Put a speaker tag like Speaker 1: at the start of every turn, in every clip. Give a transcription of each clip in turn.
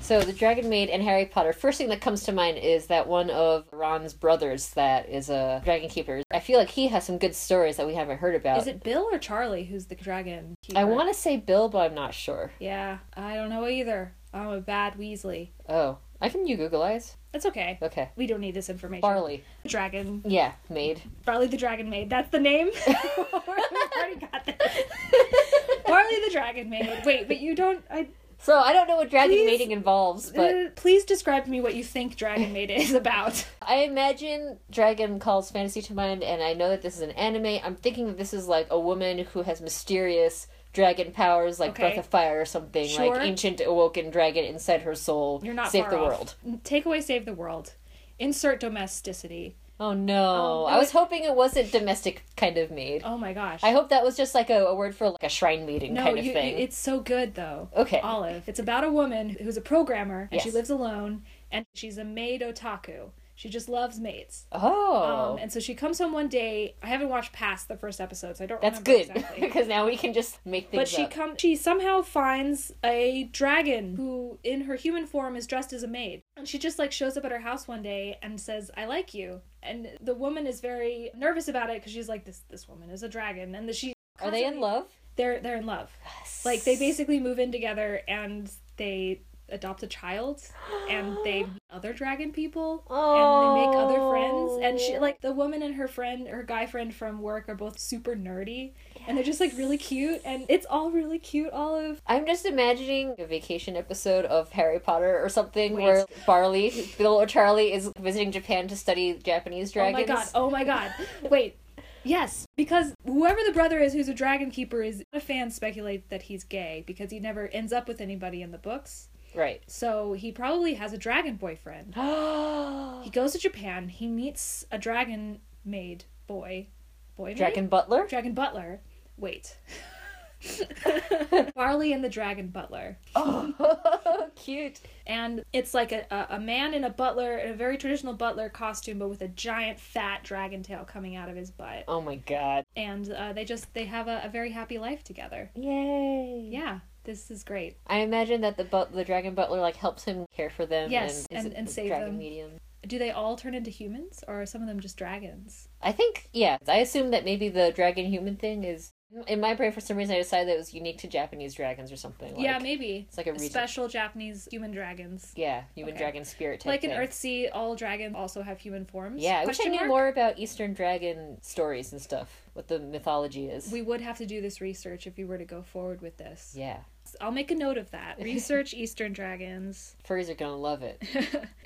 Speaker 1: So the Dragon Maid and Harry Potter. First thing that comes to mind is that one of Ron's brothers that is a dragon keeper. I feel like he has some good stories that we haven't heard about.
Speaker 2: Is it Bill or Charlie who's the dragon? Keeper?
Speaker 1: Uh, I want to say Bill, but I'm not sure.
Speaker 2: Yeah, I don't know either. I'm a bad Weasley.
Speaker 1: Oh, I can you Google eyes?
Speaker 2: That's okay.
Speaker 1: Okay.
Speaker 2: We don't need this information.
Speaker 1: Barley.
Speaker 2: Dragon.
Speaker 1: Yeah, maid.
Speaker 2: Barley the Dragon Maid. That's the name. we already got that. Barley the Dragon Maid. Wait, but you don't. I
Speaker 1: So I don't know what dragon
Speaker 2: Please-
Speaker 1: mating involves, but
Speaker 2: uh, please describe to me what you think Dragon Maid is about.
Speaker 1: I imagine dragon calls fantasy to mind, and I know that this is an anime. I'm thinking that this is like a woman who has mysterious dragon powers, like
Speaker 2: Okay.
Speaker 1: breath of fire or something,
Speaker 2: Sure.
Speaker 1: like ancient awoken dragon inside her soul.
Speaker 2: You're not
Speaker 1: save
Speaker 2: far
Speaker 1: the
Speaker 2: off.
Speaker 1: world.
Speaker 2: Take away, save the world. Insert domesticity.
Speaker 1: Oh no!
Speaker 2: Um,
Speaker 1: I was hoping it wasn't domestic kind of maid.
Speaker 2: Oh my gosh.
Speaker 1: I hope that was just like a, a word for like a shrine meeting
Speaker 2: No,
Speaker 1: kind of
Speaker 2: you,
Speaker 1: thing.
Speaker 2: you- it's so good though.
Speaker 1: Okay.
Speaker 2: Olive. It's about a woman who's a programmer and she
Speaker 1: Yes.
Speaker 2: lives alone and she's a maid otaku. She just loves maids.
Speaker 1: oh,
Speaker 2: Um, and so she comes home one day. I haven't watched past the first episode, so I don't.
Speaker 1: that's
Speaker 2: remember
Speaker 1: good
Speaker 2: Exactly.
Speaker 1: because now we can just make things.
Speaker 2: But she
Speaker 1: up.
Speaker 2: come she somehow finds a dragon who in her human form is dressed as a maid. And she just like shows up at her house one day and says, "I like you." And the woman is very nervous about it cuz she's like this this woman is a dragon and the, she
Speaker 1: Are they in
Speaker 2: constantly-
Speaker 1: love?
Speaker 2: They're they're in love. Like they basically move in together and they adopt a child and they meet other dragon people and they make other friends and she
Speaker 1: Oh.
Speaker 2: like the woman and her friend her guy friend from work are both super nerdy and they're just like really cute and it's all really cute olive
Speaker 1: I'm just imagining a vacation episode of Harry Potter or something
Speaker 2: Wait.
Speaker 1: where Barley, Bill or Charlie is visiting Japan to study Japanese dragons.
Speaker 2: oh my god oh my god wait yes because whoever the brother is who's a dragon keeper is the fans speculate that he's gay because he never ends up with anybody in the books
Speaker 1: Right.
Speaker 2: so he probably has a dragon boyfriend He goes to Japan. He meets a dragon maid boy, boy maid?
Speaker 1: Dragon Butler?
Speaker 2: dragon butler. Wait, Barley and the dragon butler,
Speaker 1: Oh, cute.
Speaker 2: and it's like a, a a man in a butler in a very traditional butler costume, but with a giant fat dragon tail coming out of his butt.
Speaker 1: Oh my god.
Speaker 2: And uh, they just they have a, a very happy life together.
Speaker 1: Yay.
Speaker 2: Yeah, this is great.
Speaker 1: I imagine that the but- the dragon butler like helps him care for them.
Speaker 2: Yes,
Speaker 1: and, is
Speaker 2: and-
Speaker 1: it
Speaker 2: and
Speaker 1: the
Speaker 2: save
Speaker 1: dragon
Speaker 2: them.
Speaker 1: medium.
Speaker 2: Do they all turn into humans, or are some of them just dragons?
Speaker 1: I think yeah. I assume that maybe the dragon human thing is in my brain for some reason I decided that it was unique to Japanese dragons or something. Like,
Speaker 2: yeah, maybe.
Speaker 1: it's like a region.
Speaker 2: special Japanese human dragons.
Speaker 1: Yeah, human
Speaker 2: Okay.
Speaker 1: dragon spirit type
Speaker 2: like in
Speaker 1: thing.
Speaker 2: Earthsea, all dragons also have human forms.
Speaker 1: Yeah, I wish I
Speaker 2: Question
Speaker 1: knew
Speaker 2: mark?
Speaker 1: more about Eastern dragon stories and stuff. What the mythology is.
Speaker 2: We would have to do this research if we were to go forward with this.
Speaker 1: yeah,
Speaker 2: I'll make a note of that. Research Eastern dragons.
Speaker 1: furries are gonna love it.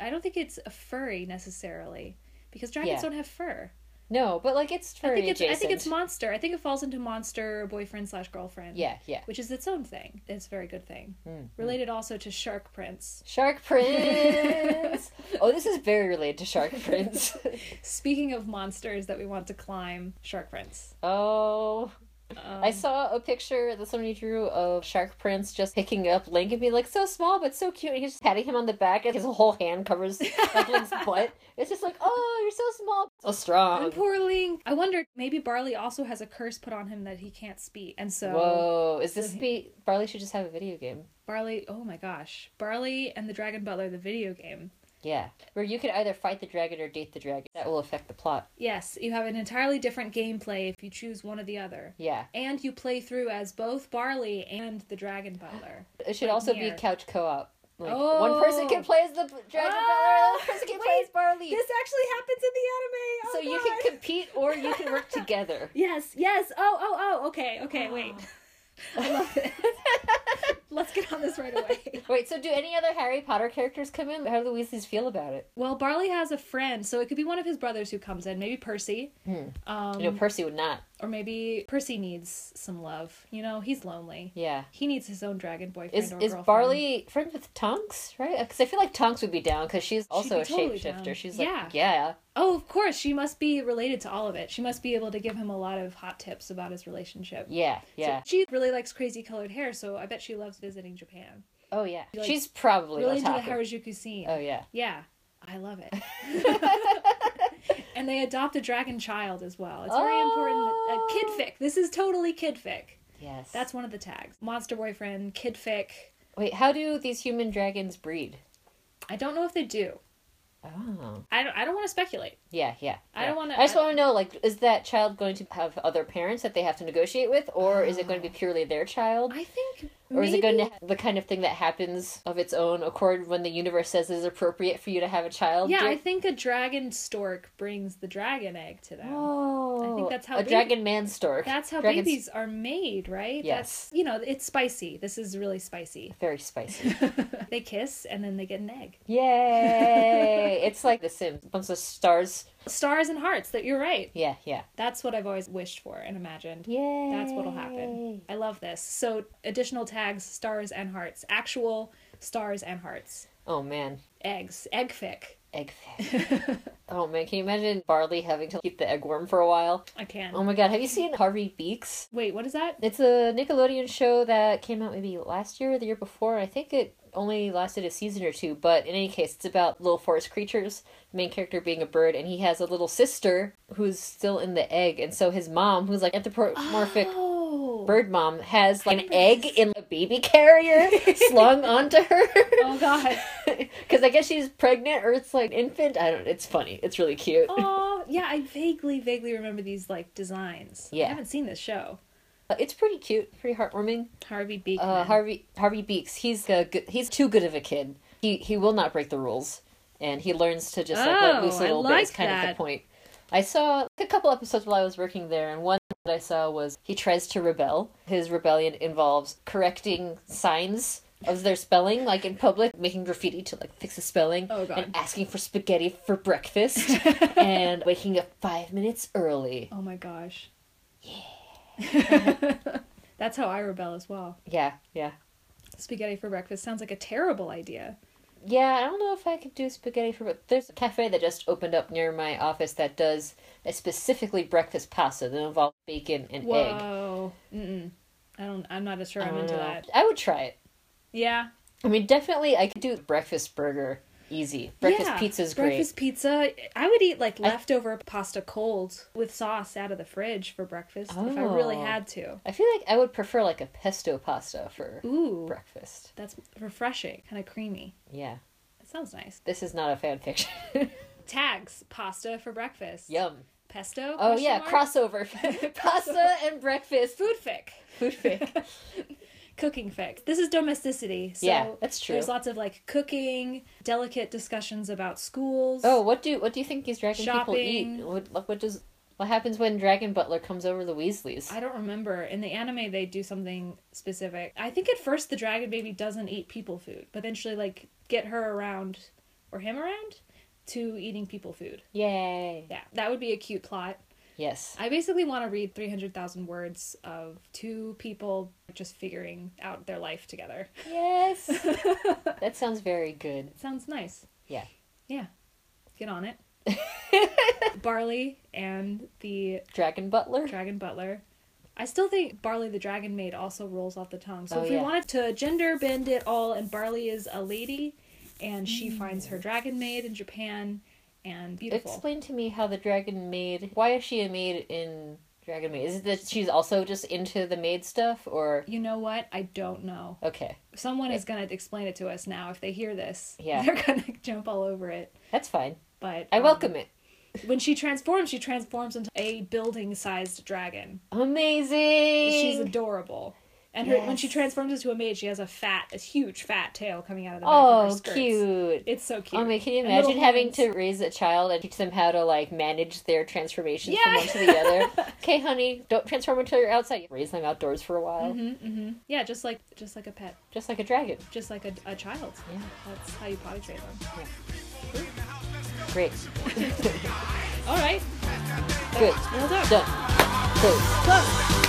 Speaker 2: I don't think it's a furry necessarily because dragons
Speaker 1: Yeah.
Speaker 2: don't have fur.
Speaker 1: No, but like it's furry
Speaker 2: I think it's
Speaker 1: adjacent.
Speaker 2: I think it's monster. I think it falls into monster boyfriend slash girlfriend.
Speaker 1: yeah, yeah.
Speaker 2: Which is its own thing. It's a very good thing.
Speaker 1: Mm.
Speaker 2: Related also to shark prince.
Speaker 1: Shark Prince. oh, this is very related to Shark Prince.
Speaker 2: Speaking of monsters that we want to climb, shark prince.
Speaker 1: oh,
Speaker 2: Um,
Speaker 1: I saw a picture that somebody drew of Shark Prince just picking up Link and being like, so small but so cute. And he's just patting him on the back, and his whole hand covers like, Link's butt. It's just like, oh, you're so small, so strong.
Speaker 2: And poor Link. I wonder, maybe Barley also has a curse put on him that he can't speak. And so
Speaker 1: Whoa, is this
Speaker 2: so he-
Speaker 1: be Barley should just have a video game?
Speaker 2: Barley, oh my gosh. Barley and the Dragon Butler, the video game.
Speaker 1: Yeah, where you could either fight the dragon or date the dragon. That will affect the plot.
Speaker 2: Yes, you have an entirely different gameplay if you choose one or the other.
Speaker 1: Yeah,
Speaker 2: And you play through as both Barley and the Dragon Butler.
Speaker 1: it should
Speaker 2: Like
Speaker 1: also
Speaker 2: Nier.
Speaker 1: be couch co-op. Like one person
Speaker 2: Oh.
Speaker 1: can play as the dragon, Butler,
Speaker 2: Oh,
Speaker 1: another person can play
Speaker 2: wait,
Speaker 1: as Barley.
Speaker 2: actually happens in the anime. Oh
Speaker 1: So you can compete or you can work together.
Speaker 2: Yes, yes. Oh, oh, oh. Okay, okay, wait. I love this. Let's get on this right away.
Speaker 1: Wait, so do any other Harry Potter characters come in? How do the Weasleys feel about it?
Speaker 2: Well, Barley has a friend, so it could be one of his brothers who comes in, maybe Percy. Um,
Speaker 1: You know, Percy would not.
Speaker 2: Or maybe Percy needs some love. You know, he's lonely.
Speaker 1: Yeah.
Speaker 2: He needs his own dragon boyfriend
Speaker 1: Is
Speaker 2: or
Speaker 1: is
Speaker 2: girlfriend.
Speaker 1: Barley friends with Tonks, right? Because I feel like Tonks would be down because she's also
Speaker 2: be
Speaker 1: a
Speaker 2: totally
Speaker 1: shapeshifter.
Speaker 2: down.
Speaker 1: She's
Speaker 2: Yeah.
Speaker 1: like, yeah,
Speaker 2: Oh, of course, she must be related to all of it. She must be able to give him a lot of hot tips about his relationship.
Speaker 1: yeah, yeah.
Speaker 2: So she really likes crazy colored hair, so I bet she loves visiting Japan.
Speaker 1: oh yeah,
Speaker 2: like,
Speaker 1: she's probably
Speaker 2: Really into the
Speaker 1: otaku.
Speaker 2: Harajuku scene.
Speaker 1: oh yeah.
Speaker 2: Yeah, I love it. and they adopt a dragon child as well. It's very important. That,
Speaker 1: Oh.
Speaker 2: uh, kid fic. This is totally kid fic.
Speaker 1: Yes.
Speaker 2: That's one of the tags. Monster boyfriend, kid fic.
Speaker 1: Wait, how do these human dragons breed?
Speaker 2: I don't know if they do.
Speaker 1: Oh.
Speaker 2: I don't, I don't want to speculate.
Speaker 1: Yeah, yeah.
Speaker 2: I don't
Speaker 1: yeah.
Speaker 2: wanna-
Speaker 1: I just
Speaker 2: I-
Speaker 1: want to know, like, is that child going to have other parents that they have to negotiate with, or is it going to be purely their child,
Speaker 2: Oh. I think.
Speaker 1: or is it going
Speaker 2: maybe-
Speaker 1: to ha- the kind of thing that happens of its own accord when the universe says it is appropriate for you to have a child?
Speaker 2: Yeah,
Speaker 1: Do-
Speaker 2: I think a dragon stork brings the dragon egg to them.
Speaker 1: Oh,
Speaker 2: I think that's how
Speaker 1: a
Speaker 2: baby-
Speaker 1: dragon man stork.
Speaker 2: That's how
Speaker 1: Dragons-
Speaker 2: babies are made, right?
Speaker 1: Yes.
Speaker 2: That's, you know, it's spicy. This is really spicy.
Speaker 1: Very spicy.
Speaker 2: they kiss and then they get an egg.
Speaker 1: Yay! it's like The Sims. Bunch of stars.
Speaker 2: Stars and hearts, that you're right.
Speaker 1: Yeah, yeah.
Speaker 2: That's what I've always wished for and imagined.
Speaker 1: Yay!
Speaker 2: That's what'll happen. I love this. So, additional tags stars and hearts. Actual stars and hearts.
Speaker 1: Oh man,
Speaker 2: Eggs. Egg fic.
Speaker 1: egg. oh man, can you imagine Barley having to keep the egg worm for a while?
Speaker 2: I can.
Speaker 1: Oh my god, have you seen Harvey Beaks?
Speaker 2: Wait, what is that?
Speaker 1: It's a Nickelodeon show that came out maybe last year or the year before. and I think it only lasted a season or two, but in any case, it's about little forest creatures, the main character being a bird, and he has a little sister who's still in the egg, and so his mom, who's like anthropomorphic
Speaker 2: Oh.
Speaker 1: bird mom, has like an
Speaker 2: remember
Speaker 1: egg
Speaker 2: this.
Speaker 1: in a baby carrier slung onto her.
Speaker 2: Oh, God.
Speaker 1: Because I guess she's pregnant or it's like infant. I don't It's funny. It's really cute.
Speaker 2: Oh, yeah, I vaguely, vaguely remember these, like, designs.
Speaker 1: Yeah.
Speaker 2: I haven't seen this show.
Speaker 1: It's pretty cute, pretty heartwarming.
Speaker 2: Harvey Beekman.
Speaker 1: Uh, Harvey Harvey Beeks. He's a good, he's too good of a kid. He he will not break the rules, and he learns to just like let
Speaker 2: Oh,
Speaker 1: loose a
Speaker 2: I
Speaker 1: little bit. Is
Speaker 2: like
Speaker 1: kind of the
Speaker 2: that.
Speaker 1: point. I saw a couple episodes while I was working there, and one that I saw was he tries to rebel. His rebellion involves correcting signs of their spelling, like in public, making graffiti to like fix the spelling,
Speaker 2: Oh, God.
Speaker 1: and asking for spaghetti for breakfast, and waking up five minutes early.
Speaker 2: Oh my gosh. Yeah. That's how I rebel as well.
Speaker 1: Yeah, yeah.
Speaker 2: Spaghetti for breakfast sounds like a terrible idea.
Speaker 1: Yeah, I don't know if I could do spaghetti for breakfast. There's a cafe that just opened up near my office that does a specifically breakfast pasta that involves bacon and egg. Oh,
Speaker 2: Whoa. Mm-mm. I don't. I'm not as sure
Speaker 1: I
Speaker 2: I'm
Speaker 1: don't
Speaker 2: into
Speaker 1: know.
Speaker 2: that.
Speaker 1: I would try it.
Speaker 2: Yeah.
Speaker 1: I mean, definitely, I could do breakfast burger easy. Breakfast
Speaker 2: yeah.
Speaker 1: pizza's
Speaker 2: Breakfast
Speaker 1: great.
Speaker 2: pizza. I would eat like leftover pasta cold with sauce out of the fridge for breakfast if I really
Speaker 1: Oh.
Speaker 2: had to.
Speaker 1: I feel like I would prefer like a pesto pasta for
Speaker 2: Ooh.
Speaker 1: breakfast.
Speaker 2: That's refreshing. Kind of creamy.
Speaker 1: Yeah,
Speaker 2: That sounds nice.
Speaker 1: this is not a fan fiction.
Speaker 2: Tags. Pasta for breakfast.
Speaker 1: Yum.
Speaker 2: Pesto.
Speaker 1: Oh
Speaker 2: question
Speaker 1: yeah,
Speaker 2: mark?
Speaker 1: crossover pasta and breakfast
Speaker 2: Food fic.
Speaker 1: food fic.
Speaker 2: cooking fic. This is domesticity. So
Speaker 1: Yeah, that's true.
Speaker 2: There's lots of like cooking, delicate discussions about schools.
Speaker 1: Oh, what do what do you think these dragon people eat?
Speaker 2: Shopping.
Speaker 1: What like, what does what happens when Dragon Butler comes over the Weasleys?
Speaker 2: I don't remember. In the anime, they do something specific. I think at first the dragon baby doesn't eat people food, but then she like get her around or him around to eating people food.
Speaker 1: Yay!
Speaker 2: Yeah, that would be a cute plot.
Speaker 1: Yes.
Speaker 2: I basically want to read 300,000 words of two people just figuring out their life together.
Speaker 1: Yes. that sounds very good.
Speaker 2: Sounds nice.
Speaker 1: Yeah.
Speaker 2: Yeah. Get on it. Barley and the
Speaker 1: Dragon Butler.
Speaker 2: Dragon Butler. I still think Barley the Dragon Maid also rolls off the tongue. So
Speaker 1: Oh,
Speaker 2: if we
Speaker 1: yeah.
Speaker 2: wanted to gender bend it all, and Barley is a lady, and she
Speaker 1: Mm.
Speaker 2: finds her Dragon Maid in Japan, and beautiful.
Speaker 1: Explain to me how the dragon maid. Why is she a maid in Dragon Maid? Is it that she's also just into the maid stuff, or
Speaker 2: you know what? I don't know.
Speaker 1: okay,
Speaker 2: Someone is going to explain it to us now if they hear this.
Speaker 1: Yeah.
Speaker 2: They're going to jump all over it.
Speaker 1: that's fine.
Speaker 2: But
Speaker 1: I
Speaker 2: um,
Speaker 1: welcome it.
Speaker 2: When she transforms, she transforms into a building sized dragon.
Speaker 1: Amazing.
Speaker 2: She's adorable. And her, when she
Speaker 1: Yes.
Speaker 2: transforms into a maid, she has a fat, a huge fat tail coming out of the back of her
Speaker 1: oh,
Speaker 2: skirts.
Speaker 1: cute.
Speaker 2: It's so cute.
Speaker 1: Oh man, can you
Speaker 2: And little
Speaker 1: imagine having
Speaker 2: hands.
Speaker 1: to raise a child and teach them how to like manage their transformations from
Speaker 2: Yeah.
Speaker 1: one to the other? okay, honey, don't transform until you're outside. Raise them outdoors for a while,
Speaker 2: Mm-hmm. Yeah, just like just like a pet,
Speaker 1: just like a dragon.
Speaker 2: just like a, a child.
Speaker 1: Yeah.
Speaker 2: That's how you potty train them.
Speaker 1: Great.
Speaker 2: All right, Good.
Speaker 1: Well done.
Speaker 2: Done. Close.
Speaker 1: Close.